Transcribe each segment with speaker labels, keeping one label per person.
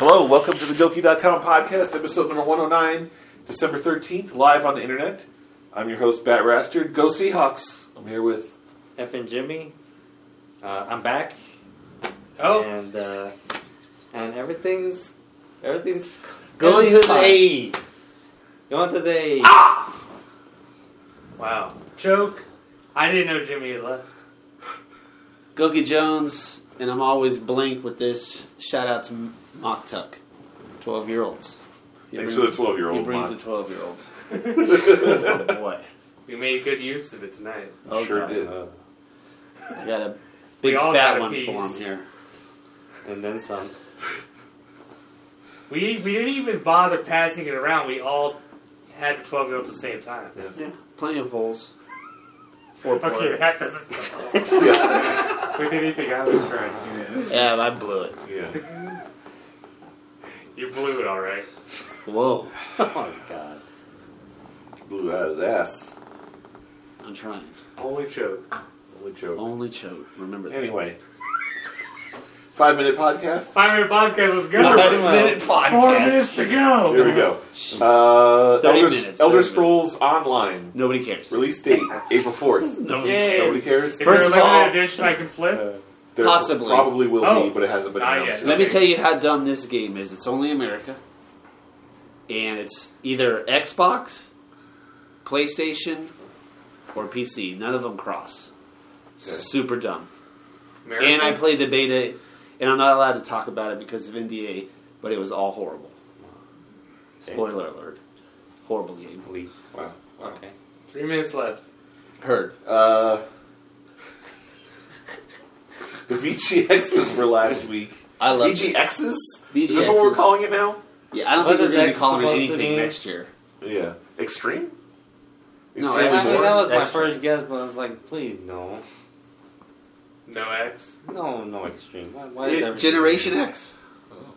Speaker 1: welcome to the Goku.com podcast, episode number 109, December 13th, live on the internet. I'm your host, Bat Rastard. Go Seahawks! I'm here with.
Speaker 2: F and Jimmy. Uh, I'm back,
Speaker 3: Oh,
Speaker 2: and uh, and everything's everything's
Speaker 3: Going
Speaker 2: everything's
Speaker 3: to the
Speaker 2: fine.
Speaker 3: aid.
Speaker 2: Going to the
Speaker 3: Wow. Joke. I didn't know Jimmy had left.
Speaker 4: Goki Jones, and I'm always blank with this. Shout out to M- Mock Tuck, 12 year olds.
Speaker 1: Thanks for the 12 year
Speaker 4: He
Speaker 1: old.
Speaker 4: brings the 12 year olds.
Speaker 1: Sure
Speaker 4: Oh boy.
Speaker 3: We made good use of it tonight.
Speaker 4: Oh, God.
Speaker 1: did.
Speaker 2: Uh,
Speaker 4: I got a big
Speaker 3: We all got
Speaker 4: fat
Speaker 3: a
Speaker 4: one
Speaker 3: piece.
Speaker 4: for him here.
Speaker 2: and then some.
Speaker 3: We we didn't even bother passing it around. We all had the twelve year olds at the same time.
Speaker 4: Yeah, plenty of holes. Four
Speaker 3: Okay,
Speaker 4: player.
Speaker 3: that doesn't
Speaker 1: yeah.
Speaker 3: with anything I was trying to
Speaker 4: Yeah, I blew it.
Speaker 1: yeah.
Speaker 3: do. You blew it all right.
Speaker 4: Whoa.
Speaker 2: oh God!
Speaker 1: Blew out his ass.
Speaker 4: I'm trying.
Speaker 3: Only joke.
Speaker 1: Only joke.
Speaker 4: Only choke. Remember that.
Speaker 1: Anyway, five minute podcast.
Speaker 3: Five minute podcast was good.
Speaker 4: Five
Speaker 2: minute
Speaker 3: Four minutes to go.
Speaker 1: Here we go. Uh,
Speaker 4: 30
Speaker 1: Elder,
Speaker 4: minutes,
Speaker 1: Elder
Speaker 4: 30
Speaker 1: Scrolls Online.
Speaker 4: Nobody cares.
Speaker 1: Release date April 4th.
Speaker 4: Nobody
Speaker 3: Yay.
Speaker 4: cares.
Speaker 1: Nobody cares.
Speaker 3: Is
Speaker 4: First
Speaker 3: there
Speaker 4: of
Speaker 3: a limited
Speaker 4: all-
Speaker 3: edition I can flip?
Speaker 1: There
Speaker 4: Possibly.
Speaker 1: Probably will
Speaker 3: Oh.
Speaker 1: be, but it hasn't been
Speaker 3: Not
Speaker 1: announced.
Speaker 3: yet.
Speaker 1: yet.
Speaker 4: Let me tell you how dumb this game is. It's only America. And it's either Xbox, PlayStation, or PC. None of them cross. Super dumb.
Speaker 3: American?
Speaker 4: And I played the beta, and I'm not allowed to talk about it because of NDA, but it was all horrible. Spoiler alert. Horrible game.
Speaker 2: Leak.
Speaker 1: Wow. Wow.
Speaker 2: Okay.
Speaker 3: Three minutes left.
Speaker 4: Heard.
Speaker 1: Uh, the VGXs were last week.
Speaker 4: I love it.
Speaker 1: VGXs? Is this what we're
Speaker 4: VGXs.
Speaker 1: calling it now?
Speaker 4: Yeah, I don't
Speaker 2: What
Speaker 4: think
Speaker 2: is
Speaker 4: we're going to
Speaker 2: X
Speaker 4: be calling it
Speaker 2: supposed to
Speaker 4: anything
Speaker 2: be?
Speaker 4: next year.
Speaker 1: Yeah. Extreme?
Speaker 4: No,
Speaker 1: Extreme
Speaker 2: I
Speaker 1: is
Speaker 4: actually,
Speaker 2: mean,
Speaker 1: one?
Speaker 2: that was my
Speaker 4: Extra.
Speaker 2: first guess, but I was like, please no,
Speaker 3: No X.
Speaker 2: no, no extreme. Why, why
Speaker 1: It-
Speaker 2: is everything-
Speaker 4: Generation X.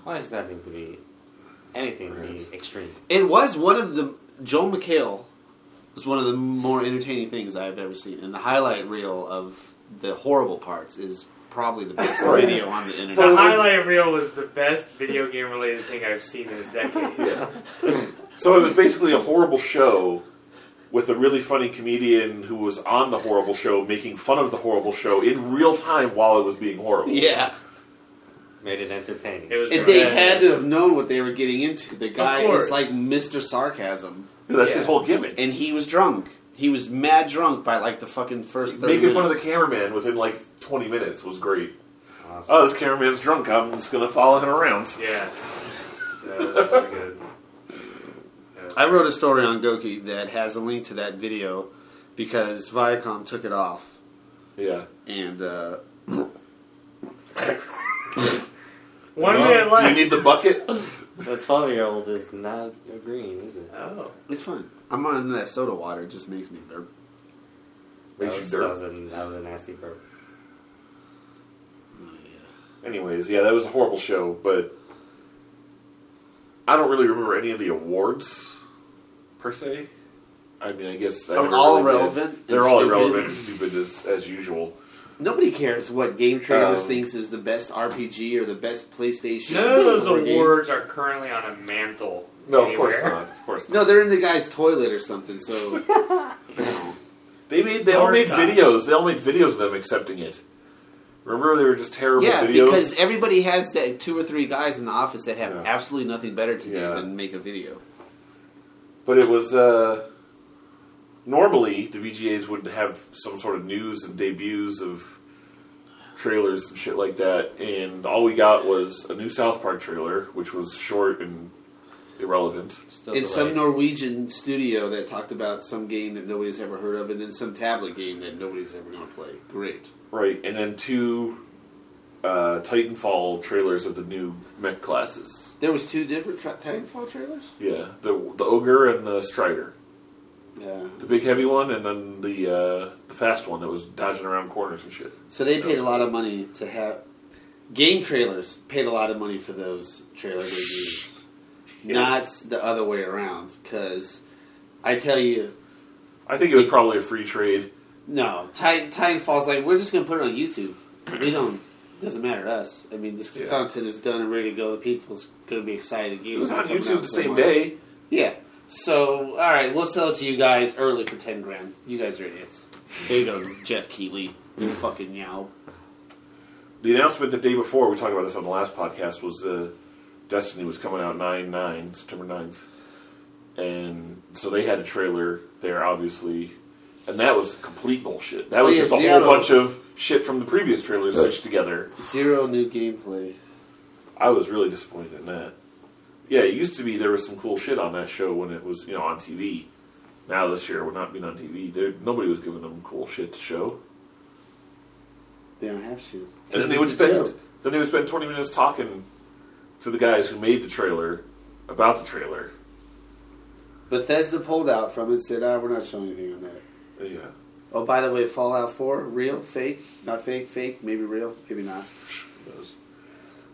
Speaker 2: Why does that need to be anything to
Speaker 1: Perhaps.
Speaker 2: be extreme?
Speaker 4: It was one of the Joel McHale was one of the more entertaining things I've ever seen, and the highlight reel of the horrible parts is probably the best
Speaker 1: Right.
Speaker 4: video on the internet.
Speaker 1: So it
Speaker 3: The
Speaker 1: was-
Speaker 3: highlight reel was the best video game related thing I've seen in a decade.
Speaker 1: So it was basically a horrible show with a really funny comedian who was on the horrible show making fun of the horrible show in real time while it was being horrible.
Speaker 4: Yeah,
Speaker 2: Made it entertaining.
Speaker 3: It was
Speaker 4: and they
Speaker 3: bad.
Speaker 4: had to have known what they were getting into. The guy
Speaker 3: course.
Speaker 4: is like Mr. Sarcasm,
Speaker 1: That's
Speaker 3: Yeah.
Speaker 1: his whole gimmick.
Speaker 4: and he was drunk. He was mad drunk by like the fucking first. 30
Speaker 1: Making
Speaker 4: minutes.
Speaker 1: fun of the cameraman within like 20 minutes was great.
Speaker 2: Awesome.
Speaker 1: Oh, this cameraman's drunk. I'm just going to follow him around.
Speaker 3: Yeah. That was pretty good.
Speaker 4: I wrote a story on Goki that has a link to that video because Viacom took it off,
Speaker 1: Yeah.
Speaker 4: and uh,
Speaker 3: One
Speaker 1: Um,
Speaker 3: minute left.
Speaker 1: Do you need the bucket?
Speaker 2: The twelve-year-old is not agreeing, is it?
Speaker 3: Oh.
Speaker 4: it's fun. I'm on that soda water; it just makes me burp.
Speaker 2: That
Speaker 1: Makes
Speaker 2: was,
Speaker 1: you
Speaker 2: that
Speaker 1: derp.
Speaker 2: was a, that was a nasty burp.
Speaker 1: Anyways, yeah, that was a horrible show, but I don't really remember any of the awards per se. I mean, I guess I
Speaker 4: They're
Speaker 1: never
Speaker 4: all
Speaker 1: really did.
Speaker 4: relevant and
Speaker 1: They're all
Speaker 4: stupid.
Speaker 1: irrelevant and stupid as, as usual.
Speaker 4: Nobody cares what Game Trailers
Speaker 1: Um,
Speaker 4: thinks is the best RPG or the best PlayStation.
Speaker 3: None of those
Speaker 4: or game.
Speaker 3: awards are currently on a mantle.
Speaker 1: No, of
Speaker 3: anywhere.
Speaker 1: course not. Of course not.
Speaker 4: No, they're in the guy's toilet or something. So
Speaker 1: They made they all
Speaker 3: Or
Speaker 1: made
Speaker 3: stop.
Speaker 1: videos. They all made videos of them accepting it. Remember, they were just terrible
Speaker 4: yeah,
Speaker 1: videos.
Speaker 4: because everybody has that two or three guys in the office that have
Speaker 1: Yeah.
Speaker 4: absolutely nothing better to do
Speaker 1: Yeah.
Speaker 4: than make a video.
Speaker 1: But it was uh, normally the VGAs would have some sort of news and debuts of trailers and shit like that, and all we got was a new South Park trailer, which was short and irrelevant.
Speaker 2: Still
Speaker 4: it's some Norwegian studio that talked about some game that nobody's ever heard of, and then some tablet game that nobody's ever going to play. Great.
Speaker 1: Right, and then two uh, Titanfall trailers of the new mech classes.
Speaker 4: There was two different tra- Titanfall trailers.
Speaker 1: Yeah, the the ogre and the strider,
Speaker 4: Yeah.
Speaker 1: the big heavy one, and then the uh, the fast one that was dodging around corners and shit.
Speaker 4: So they
Speaker 1: That
Speaker 4: paid
Speaker 1: was
Speaker 4: a lot of money to have game trailers. Paid a lot of money for those trailer debuts,
Speaker 1: Yes.
Speaker 4: not the other way around. Because I tell you,
Speaker 1: I think it was probably a free trade.
Speaker 4: no, Titan Titanfall's like we're just gonna put it on YouTube. We don't doesn't matter to us. I mean, this
Speaker 1: Yeah.
Speaker 4: content is done and ready to go. The people's going to be excited.
Speaker 1: It was
Speaker 4: Games are
Speaker 1: on
Speaker 4: coming
Speaker 1: YouTube
Speaker 4: out
Speaker 1: the
Speaker 4: so
Speaker 1: same
Speaker 4: much.
Speaker 1: day.
Speaker 4: Yeah. So, all right, we'll sell it to you guys early for ten grand. You guys are idiots. There you go, Jeff Keeley. You fucking yow.
Speaker 1: The announcement the day before, we talked about this on the last podcast, was uh, Destiny was coming out 9 9, September 9th. And so they had a trailer there, obviously. And that was complete bullshit. That was
Speaker 4: Oh, yeah,
Speaker 1: just a
Speaker 4: zero.
Speaker 1: whole bunch of shit from the previous trailers stitched together.
Speaker 4: Zero new gameplay.
Speaker 1: I was really disappointed in that. Yeah, it used to be there was some cool shit on that show when it was, you know, on TV. Now this year, we're not being on TV. There, nobody was giving them cool shit to show.
Speaker 4: They don't have shoes.
Speaker 1: And then they would
Speaker 4: It's a
Speaker 1: spend
Speaker 4: joke.
Speaker 1: then they would spend twenty minutes talking to the guys who made the trailer about the trailer.
Speaker 4: Bethesda pulled out from it. Said, "Ah, we're not showing anything on that."
Speaker 1: Yeah.
Speaker 4: Oh, by the way, Fallout Four, real, fake, not fake, fake, maybe real, maybe not.
Speaker 1: who knows.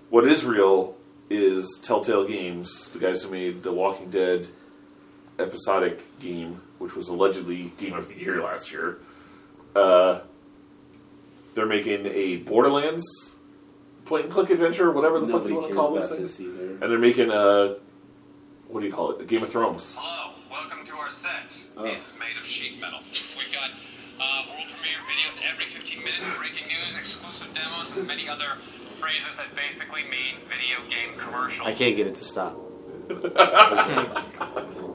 Speaker 1: What is real is Telltale Games, the guys who made the Walking Dead episodic game, which was allegedly Game of the Year last year. Uh, they're making a Borderlands point and click adventure, whatever the fuck
Speaker 4: Nobody
Speaker 1: you want
Speaker 4: cares
Speaker 1: to call this
Speaker 4: about
Speaker 1: thing.
Speaker 4: this either.
Speaker 1: And they're making a what do you call it? A Game of Thrones.
Speaker 5: Hello, welcome to our set.
Speaker 4: Oh.
Speaker 5: It's made of sheet metal. We've got uh, world premiere videos every 15 minutes, breaking news, exclusive demos, and many other phrases that basically mean video game commercials.
Speaker 4: I can't get it to stop.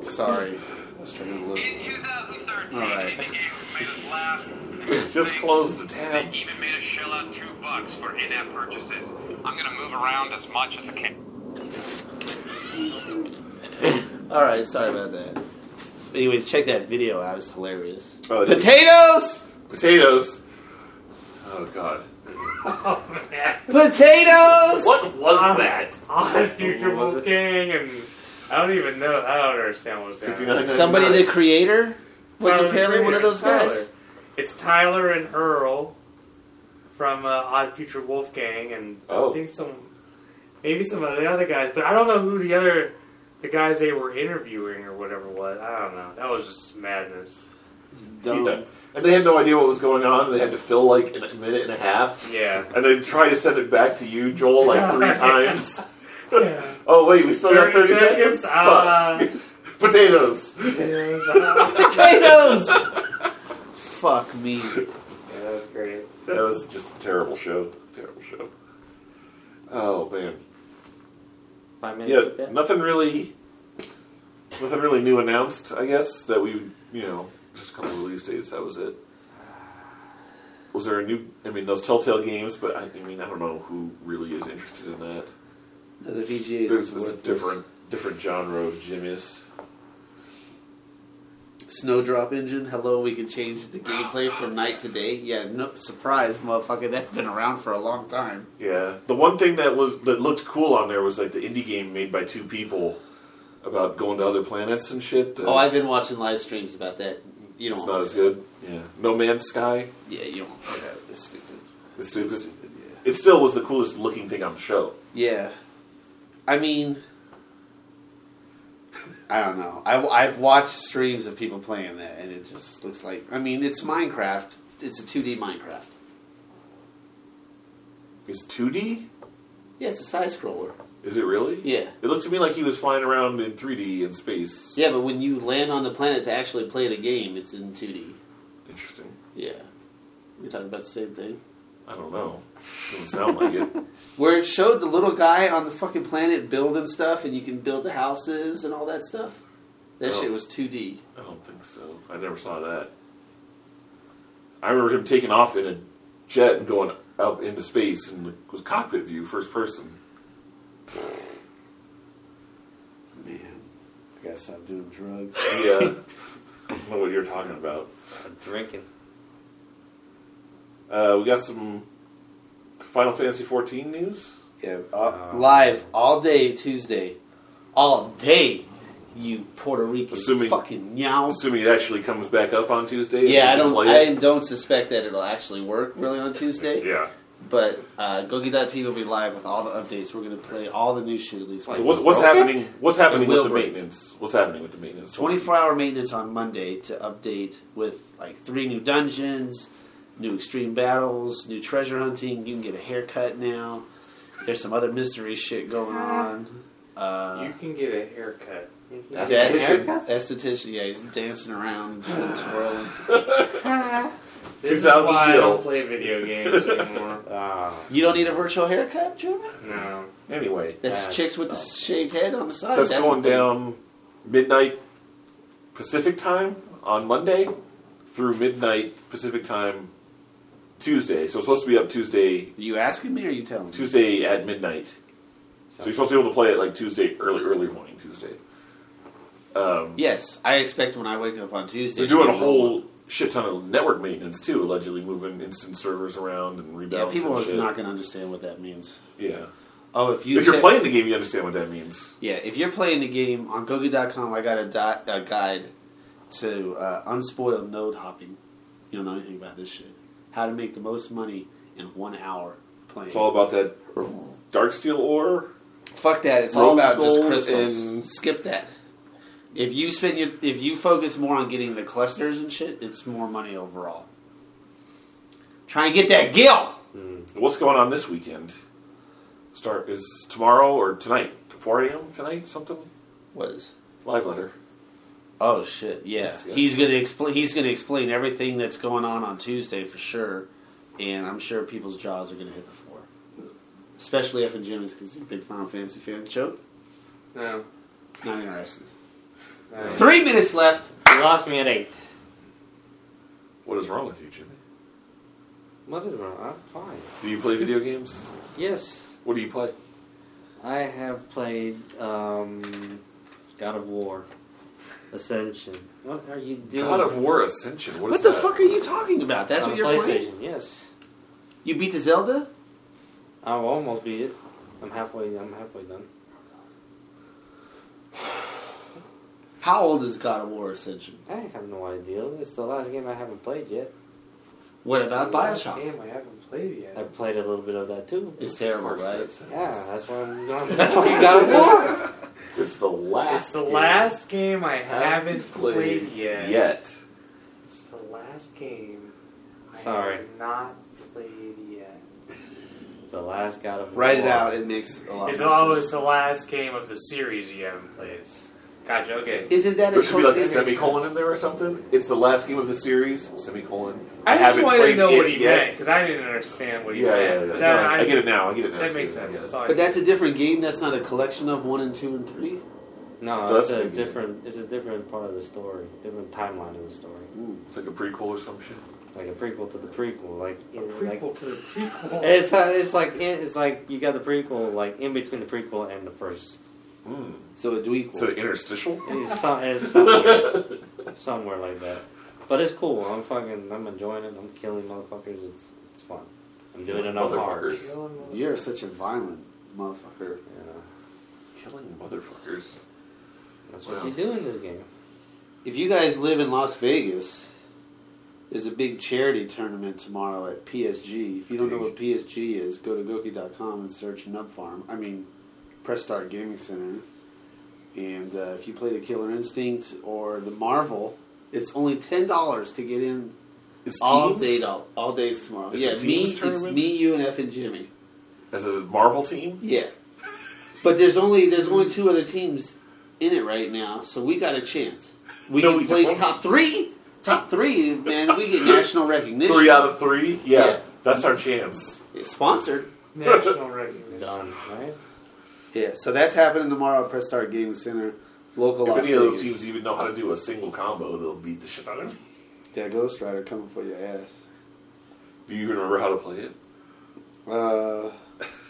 Speaker 4: Sorry. I was trying to look.
Speaker 5: In 2013,
Speaker 4: All right.
Speaker 5: indie games made us laugh. made us
Speaker 1: Just
Speaker 5: think,
Speaker 1: close the tab.
Speaker 5: They even made us shell out two bucks for in-app purchases. I'm gonna move around as much as I can.
Speaker 4: All right, sorry about that. Anyways, check that video out. It's hilarious.
Speaker 1: Oh, it is.
Speaker 4: Potatoes!
Speaker 1: Potatoes. Oh God.
Speaker 3: Oh man,
Speaker 4: Potatoes!
Speaker 3: what was that? On Future
Speaker 2: What was it?
Speaker 3: Wolfgang and I don't even know. I don't understand what was happening.
Speaker 1: 59.
Speaker 4: Somebody, the creator, was
Speaker 3: Tyler,
Speaker 4: apparently one of
Speaker 3: it's
Speaker 4: those
Speaker 3: Tyler.
Speaker 4: guys.
Speaker 3: It's Tyler and Earl from uh, Odd Future Wolfgang, and
Speaker 1: Oh.
Speaker 3: I think some, maybe some of the other guys, but I don't know who the other, the guys they were interviewing or whatever was. I don't know. That was just madness.
Speaker 1: Yeah. And they had no idea what was going on. They had to fill like in a minute and a half,
Speaker 3: Yeah.
Speaker 1: and they tried to send it back to you, Joel, like three times.
Speaker 3: Yeah.
Speaker 1: Oh wait, we still got thirty
Speaker 3: 30
Speaker 1: seconds.
Speaker 3: seconds? Uh,
Speaker 1: Fuck. Potatoes.
Speaker 3: that
Speaker 1: uh,
Speaker 4: Potatoes! Fuck me.
Speaker 3: was great.
Speaker 1: That was just a terrible show. Terrible show. Oh man.
Speaker 2: Five minutes.
Speaker 1: Yeah.
Speaker 2: of that.
Speaker 1: Nothing really. Nothing really new announced. I guess that we, you know, just a couple of release dates. That was it. Was there a new? I mean, those Telltale games, but I, I mean, I don't know who really is interested in that.
Speaker 4: No, the VGA
Speaker 1: This
Speaker 4: is
Speaker 1: is a
Speaker 4: worth
Speaker 1: different different genre of Jim is.
Speaker 4: Snowdrop engine. Hello, we can change the gameplay from night to day. Yeah, no surprise, motherfucker. That's been around for a long time.
Speaker 1: Yeah. The one thing that was that looked cool on there was like the indie game made by two people about going to other planets and shit. that-
Speaker 4: Oh, I've been watching live streams about that. You don't.
Speaker 1: it's
Speaker 4: want
Speaker 1: not as good. Yeah. No Man's Sky.
Speaker 4: Yeah, you don't. want that. It's stupid.
Speaker 1: It's stupid. It still was the coolest looking thing on the show.
Speaker 4: Yeah. I mean, I don't know. I, have watched streams of people playing that, and it just looks like. I mean, it's Minecraft. It's a 2D Minecraft.
Speaker 1: Is 2D?
Speaker 4: Yeah, it's a side scroller.
Speaker 1: Is it really?
Speaker 4: Yeah.
Speaker 1: It looked to me like he was flying around in 3D in space.
Speaker 4: Yeah, but when you land on the planet to actually play the game, it's in 2D.
Speaker 1: Interesting.
Speaker 4: Yeah. You're talking about the same thing.
Speaker 1: I don't know. Doesn't sound like it.
Speaker 4: Where it showed the little guy on the fucking planet building stuff, and you can build the houses and all that stuff. That
Speaker 1: Oh.
Speaker 4: shit was 2D.
Speaker 1: I don't think so. I never saw that. I remember him taking off in a jet and going up into space and it was cockpit view, first person.
Speaker 4: Man, I gotta stop doing drugs.
Speaker 1: Yeah. uh, I don't know what you're talking about.
Speaker 2: Stop drinking.
Speaker 1: Uh, we got some Final Fantasy XIV news.
Speaker 4: Yeah, uh, live all day Tuesday, all day. You Puerto Rican
Speaker 1: Assuming-
Speaker 4: fucking meow.
Speaker 1: Assuming it actually comes back up on Tuesday. and
Speaker 4: Yeah, I
Speaker 1: we can
Speaker 4: don't.
Speaker 1: play it.
Speaker 4: I don't suspect that it'll actually work really on Tuesday.
Speaker 1: Yeah.
Speaker 4: But uh, Gogi.tv will be live with all the updates. We're gonna play all the new shit at least.
Speaker 1: So what's, what's happening? What's happening
Speaker 4: It will
Speaker 1: with the
Speaker 4: break.
Speaker 1: maintenance? What's happening with the maintenance?
Speaker 4: Twenty-four hour maintenance on Monday to update with like three new dungeons, new extreme battles, new treasure hunting. You can get a haircut now. There's some other mystery shit going on. Uh,
Speaker 3: You can get a haircut.
Speaker 2: That's
Speaker 4: that's-
Speaker 2: a haircut?
Speaker 4: esthetician, yeah, he's dancing around, twirling.
Speaker 3: This is
Speaker 1: 2000
Speaker 3: why I
Speaker 1: bill.
Speaker 3: don't play video games anymore.
Speaker 2: Ah,
Speaker 4: You don't need a virtual haircut, Junior?
Speaker 3: no.
Speaker 1: Anyway,
Speaker 4: That's
Speaker 2: That's
Speaker 4: chicks with the
Speaker 2: dumb.
Speaker 4: shaved head on the side.
Speaker 1: that's,
Speaker 4: the
Speaker 1: going
Speaker 4: thing.
Speaker 1: down midnight Pacific time on Monday through midnight Pacific time Tuesday. So it's supposed to be up Tuesday,
Speaker 4: Are you asking me or are you telling me?
Speaker 1: Tuesday at midnight. So you're supposed to be able to play it like Tuesday early, early morning Tuesday. Um,
Speaker 4: Yes, I expect when I wake up on Tuesday.
Speaker 1: they're doing a whole shit ton of network maintenance too, allegedly moving instant servers around and rebalancing.
Speaker 4: Yeah, people is
Speaker 1: shit.
Speaker 4: not going to understand what that means.
Speaker 1: Yeah,
Speaker 4: Oh, if you
Speaker 1: if you're
Speaker 4: check-
Speaker 1: playing the game, you understand what that means.
Speaker 4: yeah, if you're playing the game on Gogu.com, I got a, di- a guide to uh, unspoiled node hopping. You don't know anything about this shit. How to make the most money in one hour playing.
Speaker 1: It's all about that dark steel ore.
Speaker 4: Fuck that. It's all
Speaker 1: Rose
Speaker 4: about just
Speaker 1: gold
Speaker 4: crystals.
Speaker 1: and-
Speaker 4: Skip that. If you spend your, if you focus more on getting the clusters and shit, it's more money overall. Try and get that gill.
Speaker 1: What's going on this weekend? Start is tomorrow or tonight? Four a.m. tonight? Something?
Speaker 4: What is?
Speaker 1: Live letter.
Speaker 4: Oh shit! Yeah,
Speaker 1: Yes, yes.
Speaker 4: he's gonna explain. He's gonna explain everything that's going on on Tuesday for sure, and I'm sure people's jaws are gonna hit the floor, especially F and Jimmy's because he's a big Final Fantasy fan. Choke.
Speaker 3: No.
Speaker 4: Not interested.
Speaker 3: no.
Speaker 4: Three minutes left.
Speaker 2: you lost me at eight.
Speaker 1: What is wrong with you, Jimmy?
Speaker 2: What is wrong? I'm fine.
Speaker 1: Do you play video games?
Speaker 2: Yes,
Speaker 1: What do you play?
Speaker 2: I have played um, God of War, Ascension. What are you doing?
Speaker 1: God of War Ascension. What
Speaker 4: What
Speaker 1: is
Speaker 4: the
Speaker 1: that?
Speaker 4: fuck are you talking about? That's
Speaker 2: On
Speaker 4: what
Speaker 2: the
Speaker 4: you're
Speaker 2: PlayStation.
Speaker 4: playing.
Speaker 2: Yes,
Speaker 4: You beat the Zelda.
Speaker 2: I'll almost beat it. I'm halfway. I'm halfway done.
Speaker 4: How old is God of War Ascension?
Speaker 2: I have no idea. It's the last game I haven't played yet.
Speaker 4: What
Speaker 3: It's
Speaker 4: about
Speaker 3: the last
Speaker 4: Bioshock?
Speaker 3: Game I haven't played yet.
Speaker 2: I played a little bit of that too.
Speaker 4: It's
Speaker 1: Of
Speaker 4: terrible,
Speaker 1: course
Speaker 4: right?
Speaker 1: that's-
Speaker 2: Yeah, that's why I'm going. I fucking God of War.
Speaker 1: It's the last.
Speaker 3: It's the
Speaker 1: game
Speaker 3: last game I
Speaker 1: I
Speaker 3: haven't played yet.
Speaker 1: Yet.
Speaker 3: It's the last game I
Speaker 2: Sorry.
Speaker 3: have not played yet.
Speaker 2: It's the last God of War.
Speaker 4: Write it out. It makes a lot.
Speaker 3: It's
Speaker 4: more sense.
Speaker 3: always the last game of the series you haven't played. Gotcha, okay.
Speaker 4: Isn't that
Speaker 1: There should be like a
Speaker 4: totally-
Speaker 1: semicolon in there or something. It's the last game of the series. Semicolon.
Speaker 3: I just
Speaker 1: haven't
Speaker 3: wanted to
Speaker 1: played
Speaker 3: know
Speaker 1: it
Speaker 3: what he
Speaker 1: yet.
Speaker 3: meant, because I didn't understand what he
Speaker 1: Yeah, yeah, yeah.
Speaker 3: meant.
Speaker 1: No,
Speaker 3: That,
Speaker 1: I,
Speaker 3: I-
Speaker 1: get it now. I get it now.
Speaker 3: that makes sense. That's all I
Speaker 4: But that's
Speaker 3: did.
Speaker 4: a different game. That's not a collection of one and two and three.
Speaker 2: No,
Speaker 1: That's
Speaker 2: it's a
Speaker 1: a good-
Speaker 2: different. It's a different part of the story. Different timeline of the story.
Speaker 1: It's like a prequel or some shit.
Speaker 2: Like a prequel to the prequel. Like
Speaker 3: a
Speaker 2: in, like
Speaker 3: prequel to the prequel.
Speaker 2: It's it's like in, it's like you got the prequel like in between the prequel and the first.
Speaker 1: Mm.
Speaker 4: So a dweequel.
Speaker 1: It's an interstitial.
Speaker 2: It's, some, it's somewhere, somewhere like that. But it's cool. I'm fucking. I'm enjoying it. I'm killing motherfuckers. It's it's fun. I'm doing it on hard.
Speaker 1: motherfuckers.
Speaker 4: You're such a violent motherfucker.
Speaker 2: Yeah,
Speaker 1: Killing motherfuckers.
Speaker 2: that's
Speaker 1: Wow.
Speaker 2: what you do in this game.
Speaker 4: If you guys live in Las Vegas, there's a big charity tournament tomorrow at PSG. If you don't know what PSG is, go to Goki.com and search Nub Farm. I mean, Press Start Gaming Center. And uh, if you play the Killer Instinct or the Marvel, it's only ten dollars to get in
Speaker 1: It's
Speaker 4: all
Speaker 1: teams?
Speaker 4: day. All, all days tomorrow.
Speaker 1: It's a
Speaker 4: yeah, me,
Speaker 1: teams
Speaker 4: it's
Speaker 1: tournament?
Speaker 4: me, you, and F and Jimmy.
Speaker 1: As a Marvel team?
Speaker 4: Yeah. But there's only there's only two other teams in it right now, so we got a chance. We
Speaker 1: No,
Speaker 4: can
Speaker 1: we
Speaker 4: place
Speaker 1: don't.
Speaker 4: top three. Top three, man. We get national recognition.
Speaker 1: Three out of three? Yeah.
Speaker 4: Yeah.
Speaker 1: That's our chance.
Speaker 4: It's sponsored.
Speaker 3: National recognition.
Speaker 2: Done. Right.
Speaker 4: Yeah, so that's happening tomorrow at Press Start Gaming Center, local
Speaker 1: If
Speaker 4: Las
Speaker 1: any of those
Speaker 4: Vegas.
Speaker 1: teams even know how to do a single combo, they'll beat the shit out of them.
Speaker 4: That Ghost Rider coming for your ass.
Speaker 1: Do you even remember how to play it?
Speaker 4: Uh,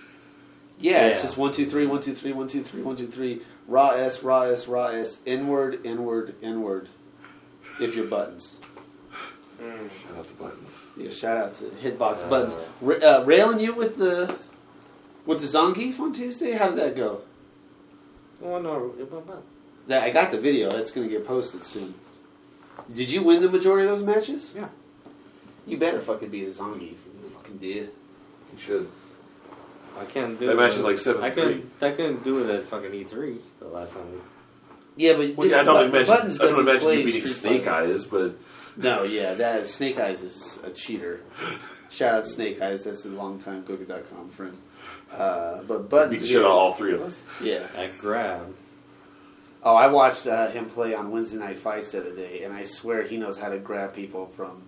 Speaker 4: yeah, it's
Speaker 2: Yeah.
Speaker 4: just one two three one two three one two three one two three raw s raw s raw s inward inward inward. If your buttons.
Speaker 3: Mm.
Speaker 1: Shout out the buttons.
Speaker 4: Yeah, shout out to Hitbox
Speaker 2: Uh,
Speaker 4: Buttons. Ra- uh, railing you with the with the Zangief on Tuesday. How did that go?
Speaker 2: Oh no. it went well.
Speaker 4: That I got the video. That's going to get posted soon. Did you win the majority of those matches?
Speaker 2: Yeah.
Speaker 4: You better fucking be the Zangief. You fucking did.
Speaker 1: You should.
Speaker 2: I can't do
Speaker 1: That
Speaker 2: it.
Speaker 1: match is like 7-3.
Speaker 2: I couldn't. I couldn't do it at fucking E3 the last time.
Speaker 4: Yeah, but
Speaker 1: Well,
Speaker 4: this
Speaker 1: yeah, I don't
Speaker 4: button-
Speaker 1: imagine,
Speaker 4: buttons
Speaker 1: I don't
Speaker 4: doesn't
Speaker 1: imagine
Speaker 4: play
Speaker 1: you beating
Speaker 4: Street
Speaker 1: Snake
Speaker 4: Fighter.
Speaker 1: Eyes, but
Speaker 4: No, yeah, that Snake Eyes is a cheater. Shout out Snake Eyes, that's a longtime Google.com friend. Uh, but Button
Speaker 1: Beat the shit
Speaker 4: Zero-
Speaker 1: out of all three of us.
Speaker 4: Yeah.
Speaker 2: I grab.
Speaker 4: Oh, I watched uh, him play on Wednesday Night Fights the other day, and I swear he knows how to grab people from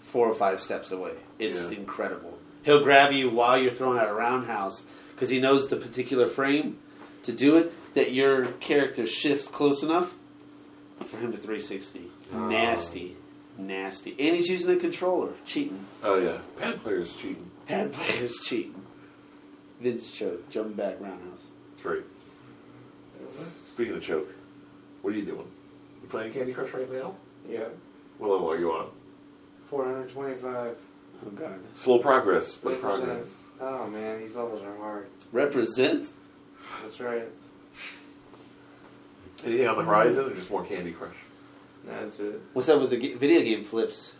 Speaker 4: four or five steps away. It's
Speaker 1: Yeah.
Speaker 4: incredible. He'll grab you while you're throwing out a roundhouse because he knows the particular frame to do it that your character shifts close enough for him to 360.
Speaker 2: Oh.
Speaker 4: Nasty, nasty, and he's using a controller, cheating.
Speaker 1: Oh yeah, pad players cheating.
Speaker 4: Bad players cheating. Vince choke, jumping back roundhouse.
Speaker 1: That's right. Speaking of choke, what are you doing? You playing Candy Crush right now?
Speaker 3: Yeah.
Speaker 1: What level are you on?
Speaker 3: 425.
Speaker 4: Oh God,
Speaker 1: Slow progress, but
Speaker 3: Represent-
Speaker 1: progress.
Speaker 3: Oh man, these levels are hard.
Speaker 4: represent.
Speaker 3: That's right.
Speaker 1: Anything on the
Speaker 3: Mm-hmm.
Speaker 1: horizon, or just more Candy Crush?
Speaker 3: That's it.
Speaker 4: What's up with the g- video game flips?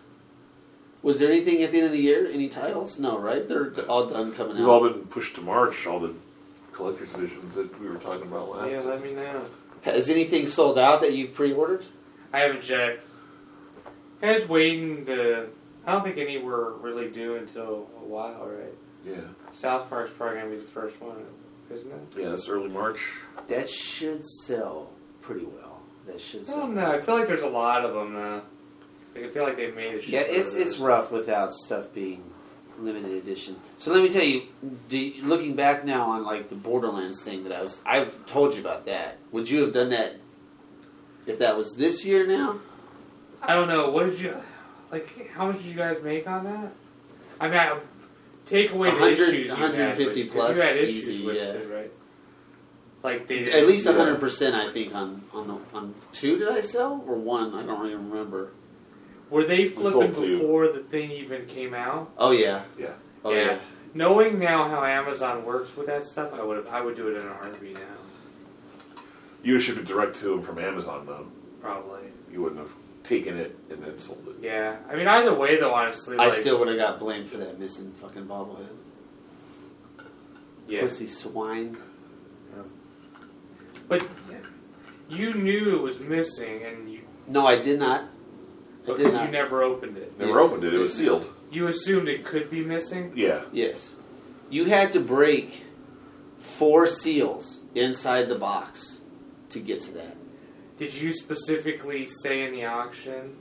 Speaker 4: Was there anything at the end of the year? Any titles? No, right? They're all done coming
Speaker 1: We've
Speaker 4: out.
Speaker 1: all been pushed to March. All the collector's editions that we were talking about last.
Speaker 3: yeah, let me know.
Speaker 4: Has anything sold out that you've pre-ordered?
Speaker 3: I haven't checked. I was waiting to. I don't think any were really due until a while, right?
Speaker 1: yeah,
Speaker 3: South Park's probably gonna be the first one, isn't it?
Speaker 1: yeah. That's early March.
Speaker 4: That should sell pretty well. That should
Speaker 3: I
Speaker 4: sell.
Speaker 3: don't know. I feel like there's a lot of them now. Like, I feel like they've made a shit.
Speaker 4: Yeah, it's
Speaker 3: load of
Speaker 4: it's
Speaker 3: those.
Speaker 4: rough without stuff being limited edition. So let me tell you, do you- looking back now on like the Borderlands thing that I was, I told you about that. Would you have done that if that was this year now?
Speaker 3: I don't know. What did you like? How much did you guys make on that? I mean, I, take away the
Speaker 4: 100
Speaker 3: issues. you had,
Speaker 4: 150
Speaker 3: but- 'cause
Speaker 4: plus,
Speaker 3: You had issues
Speaker 4: easy,
Speaker 3: with
Speaker 4: yeah.
Speaker 3: it, right? Like they
Speaker 4: At least
Speaker 1: Yeah.
Speaker 4: hundred percent, I think on on the on two did I sell or one? I don't even remember.
Speaker 3: were they
Speaker 1: sold
Speaker 3: flipping
Speaker 1: two.
Speaker 3: before the thing even came out.
Speaker 4: Oh yeah,
Speaker 1: Yeah.
Speaker 4: oh yeah.
Speaker 3: Knowing now how Amazon works with that stuff, I would I would do it in a heartbeat now.
Speaker 1: You would have shipped it direct to him from Amazon, though.
Speaker 3: Probably.
Speaker 1: You wouldn't have taken it and then sold it.
Speaker 3: Yeah. I mean, either way, though, honestly,
Speaker 4: I
Speaker 3: like,
Speaker 4: still would have got blamed for that missing fucking bobblehead.
Speaker 3: Yeah.
Speaker 4: Pussy swine.
Speaker 3: But you knew it was missing, and you
Speaker 4: No, I did not. I did
Speaker 3: because
Speaker 4: not.
Speaker 3: you never opened it.
Speaker 1: Never opened it. It was sealed.
Speaker 3: You assumed it could be missing.
Speaker 1: Yeah.
Speaker 4: yes, you had to break four seals inside the box to get to that.
Speaker 3: Did you specifically say in the auction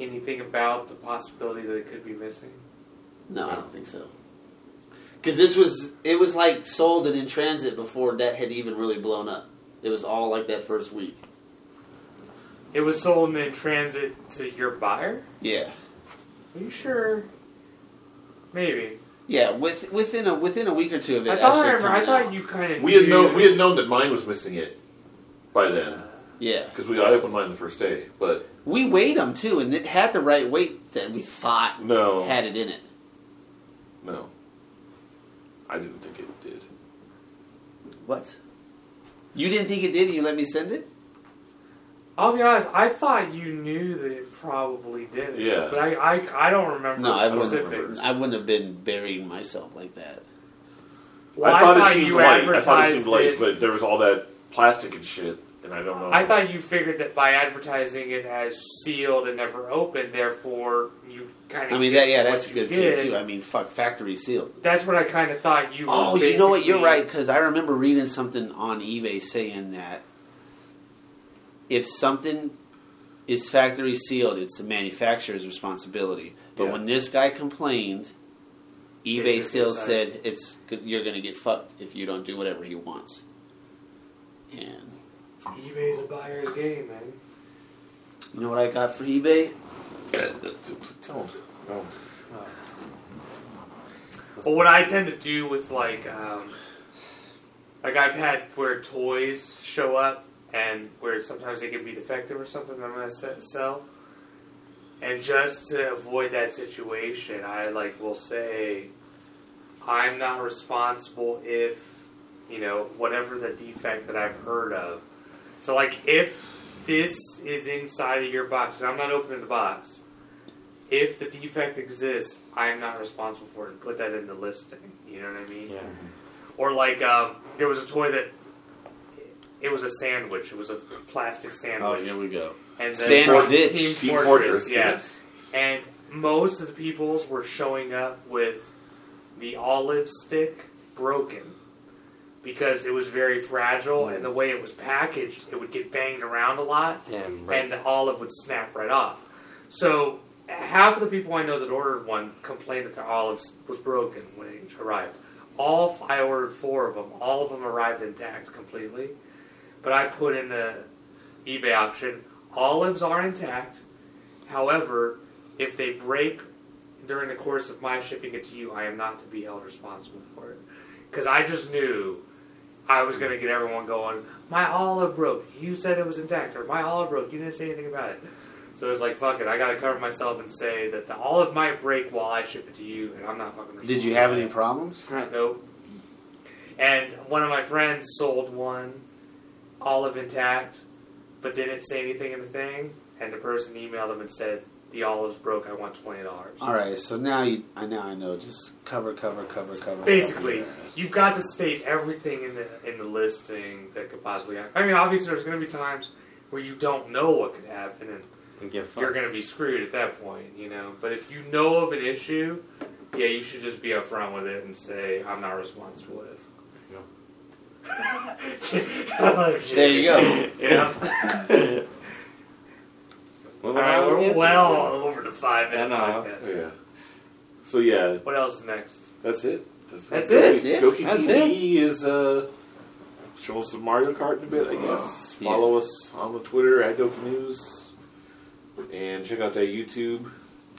Speaker 3: anything about the possibility that it could be missing?
Speaker 4: No, I don't think so. Because this was it was like sold and in transit before that had even really blown up. It was all like that first week.
Speaker 3: It was sold and in transit to your buyer?
Speaker 4: Yeah.
Speaker 3: Are you sure? Maybe.
Speaker 4: Yeah, with, within a within a week or two of it.
Speaker 3: I thought
Speaker 4: actually
Speaker 3: I, remember, I
Speaker 4: coming
Speaker 3: thought
Speaker 4: out.
Speaker 3: you kind of
Speaker 1: We had known we had known that mine was missing it by then
Speaker 4: Yeah,
Speaker 1: because we I opened mine the first day, but
Speaker 4: we weighed them too, and it had the right weight that we thought
Speaker 1: no,
Speaker 4: had it in it.
Speaker 1: no, I didn't think it did.
Speaker 4: What? You didn't think it did? and You let me send it?
Speaker 3: I'll be honest. I thought you knew that it probably did. it,
Speaker 1: Yeah.
Speaker 3: But I, I, I don't remember
Speaker 4: No,
Speaker 3: the
Speaker 4: I wouldn't
Speaker 3: specifics.
Speaker 1: remember.
Speaker 4: I wouldn't have been burying myself like that.
Speaker 3: Well,
Speaker 1: I,
Speaker 3: I
Speaker 1: thought
Speaker 3: thought
Speaker 1: it seemed
Speaker 3: you
Speaker 1: light. I thought it
Speaker 3: advertised
Speaker 1: seemed light,
Speaker 3: it.
Speaker 1: but um, there was all that plastic and shit, and I don't know.
Speaker 3: I thought you figured that by advertising it as sealed and never opened, therefore you kind of.
Speaker 4: I mean, that yeah, that's
Speaker 3: what you
Speaker 4: good
Speaker 3: did.
Speaker 4: too. Too. I mean, fuck, factory sealed.
Speaker 3: That's what I kind of thought you.
Speaker 4: Oh,
Speaker 3: were
Speaker 4: you know what? You're
Speaker 3: basically- uh,
Speaker 4: right because I remember reading something on eBay saying that if something is factory sealed, it's the manufacturer's responsibility. But
Speaker 1: Yeah.
Speaker 4: when this guy complained,
Speaker 3: They
Speaker 4: eBay
Speaker 3: took
Speaker 4: still
Speaker 3: his side.
Speaker 4: said it's you're going to get fucked if you don't do whatever he wants. And
Speaker 3: eBay's a buyer's game, man.
Speaker 4: you know what I got for eBay? Oh,
Speaker 1: Don't. No.
Speaker 3: Well, what I tend to do with like, um, like I've had where toys show up and where sometimes they can be defective or something. That I'm gonna se- sell, and just to avoid that situation, I like will say, I'm not responsible if you know whatever the defect that I've heard of. So like, if this is inside of your box and I'm not opening the box, if the defect exists, I'm not responsible for it. Put that in the listing. You know what I mean?
Speaker 2: Yeah.
Speaker 3: Or like um, there was a toy that It was a sandwich. It was a plastic
Speaker 4: Oh,
Speaker 3: sandwich.
Speaker 4: here we go.
Speaker 3: and then
Speaker 4: Sandwich.
Speaker 3: Team,
Speaker 1: Team
Speaker 3: Fortress,
Speaker 1: Fortress,
Speaker 3: yes. And most of the peoples were showing up with the olive stick broken because it was very fragile, and the way it was packaged, it would get banged around a lot,
Speaker 2: And,
Speaker 3: and the olive would snap right off. So half of the people I know that ordered one complained that their olive was broken when it arrived. All I ordered four of them. All of them arrived intact completely, but I put in the eBay auction. Olives are intact. However, if they break during the course of my shipping it to you, I am not to be held responsible for it. Because I just knew I was going to get everyone going, my olive broke. You said it was intact. Or my olive broke. You didn't say anything about it. So it was like, fuck it. I got to cover myself and say that the olive might break while I ship it to you, and I'm not fucking responsible.
Speaker 4: Did you have
Speaker 3: for
Speaker 4: any
Speaker 3: that."
Speaker 4: problems?
Speaker 3: Nope. And one of my friends sold one, olive intact, but didn't say anything in the thing. And the person emailed him and said, "The olive's broke. I want twenty dollars."
Speaker 4: All right, so now you, I now I know. Just cover, cover, cover, cover.
Speaker 3: Basically,
Speaker 4: cover.
Speaker 3: you've got to state everything in the in the listing that could possibly happen. I mean, obviously, there's going to be times where you don't know what could happen, and
Speaker 2: and get fucked.
Speaker 3: uh, you're going to be screwed at that point, you know. But if you know of an issue, yeah, you should just be upfront with it and say, "I'm not responsible if."
Speaker 4: there
Speaker 3: there
Speaker 4: you go.
Speaker 3: Yeah.
Speaker 2: Well,
Speaker 3: All right, we're
Speaker 2: we're-
Speaker 3: well over the five minute
Speaker 2: I know.
Speaker 3: podcast.
Speaker 1: Yeah. So yeah,
Speaker 3: What else is next?
Speaker 1: that's it. That's it.
Speaker 3: That's
Speaker 1: Goki-
Speaker 4: it.
Speaker 1: Goki
Speaker 2: That's
Speaker 1: TV is uh, showing some Mario Kart in a bit, I guess.
Speaker 4: Yeah.
Speaker 1: Follow us on the Twitter at Goki News, and check out that YouTube.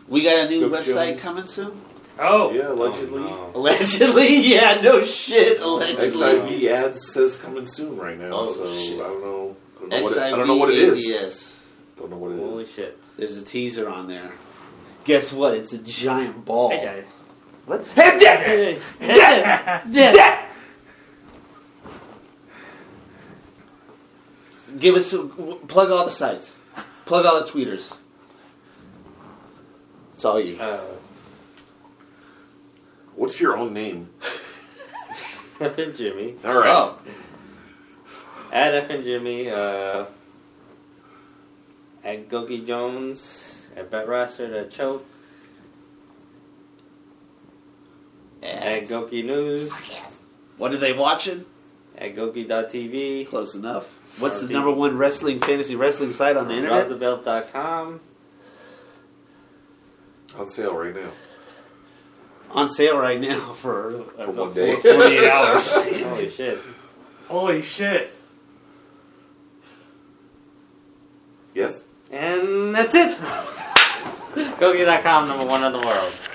Speaker 4: We got a new
Speaker 1: Cook
Speaker 4: website
Speaker 1: Jones.
Speaker 4: coming soon.
Speaker 3: Oh,
Speaker 1: Yeah, allegedly.
Speaker 2: Oh, no.
Speaker 4: Allegedly, yeah, no shit. Allegedly,
Speaker 1: XIV ads says coming soon right now,
Speaker 4: Oh,
Speaker 1: so
Speaker 4: shit.
Speaker 1: I don't know. I don't know what it- I don't know what it is.
Speaker 4: XIV
Speaker 1: Don't know what it
Speaker 2: Holy
Speaker 1: is.
Speaker 2: shit.
Speaker 4: There's a teaser on there. Guess what? It's a giant ball.
Speaker 2: Hey, guys.
Speaker 4: What? Hey, Dad!
Speaker 2: Hey, hey, hey.
Speaker 4: Give us plug all the sites, plug all the tweeters. It's all you.
Speaker 2: Uh,
Speaker 1: What's your own name?
Speaker 2: F and Jimmy.
Speaker 1: All right.
Speaker 4: Oh,
Speaker 2: At F and Jimmy. Uh, at Goki Jones. At Bet Rastard. At Choke. At
Speaker 4: and
Speaker 2: Goki News.
Speaker 4: what are they watching?
Speaker 2: At Goki.tv.
Speaker 4: Close enough. What's the
Speaker 2: Our
Speaker 4: number one wrestling fantasy wrestling site on the internet?
Speaker 2: Roththebelt.com.
Speaker 1: On sale right now.
Speaker 4: On sale right now for, uh,
Speaker 1: For one
Speaker 4: for
Speaker 1: day.
Speaker 4: forty-eight hours.
Speaker 2: Holy shit.
Speaker 3: holy shit!
Speaker 1: Yes.
Speaker 2: And that's it. Goki.com, number one in the world.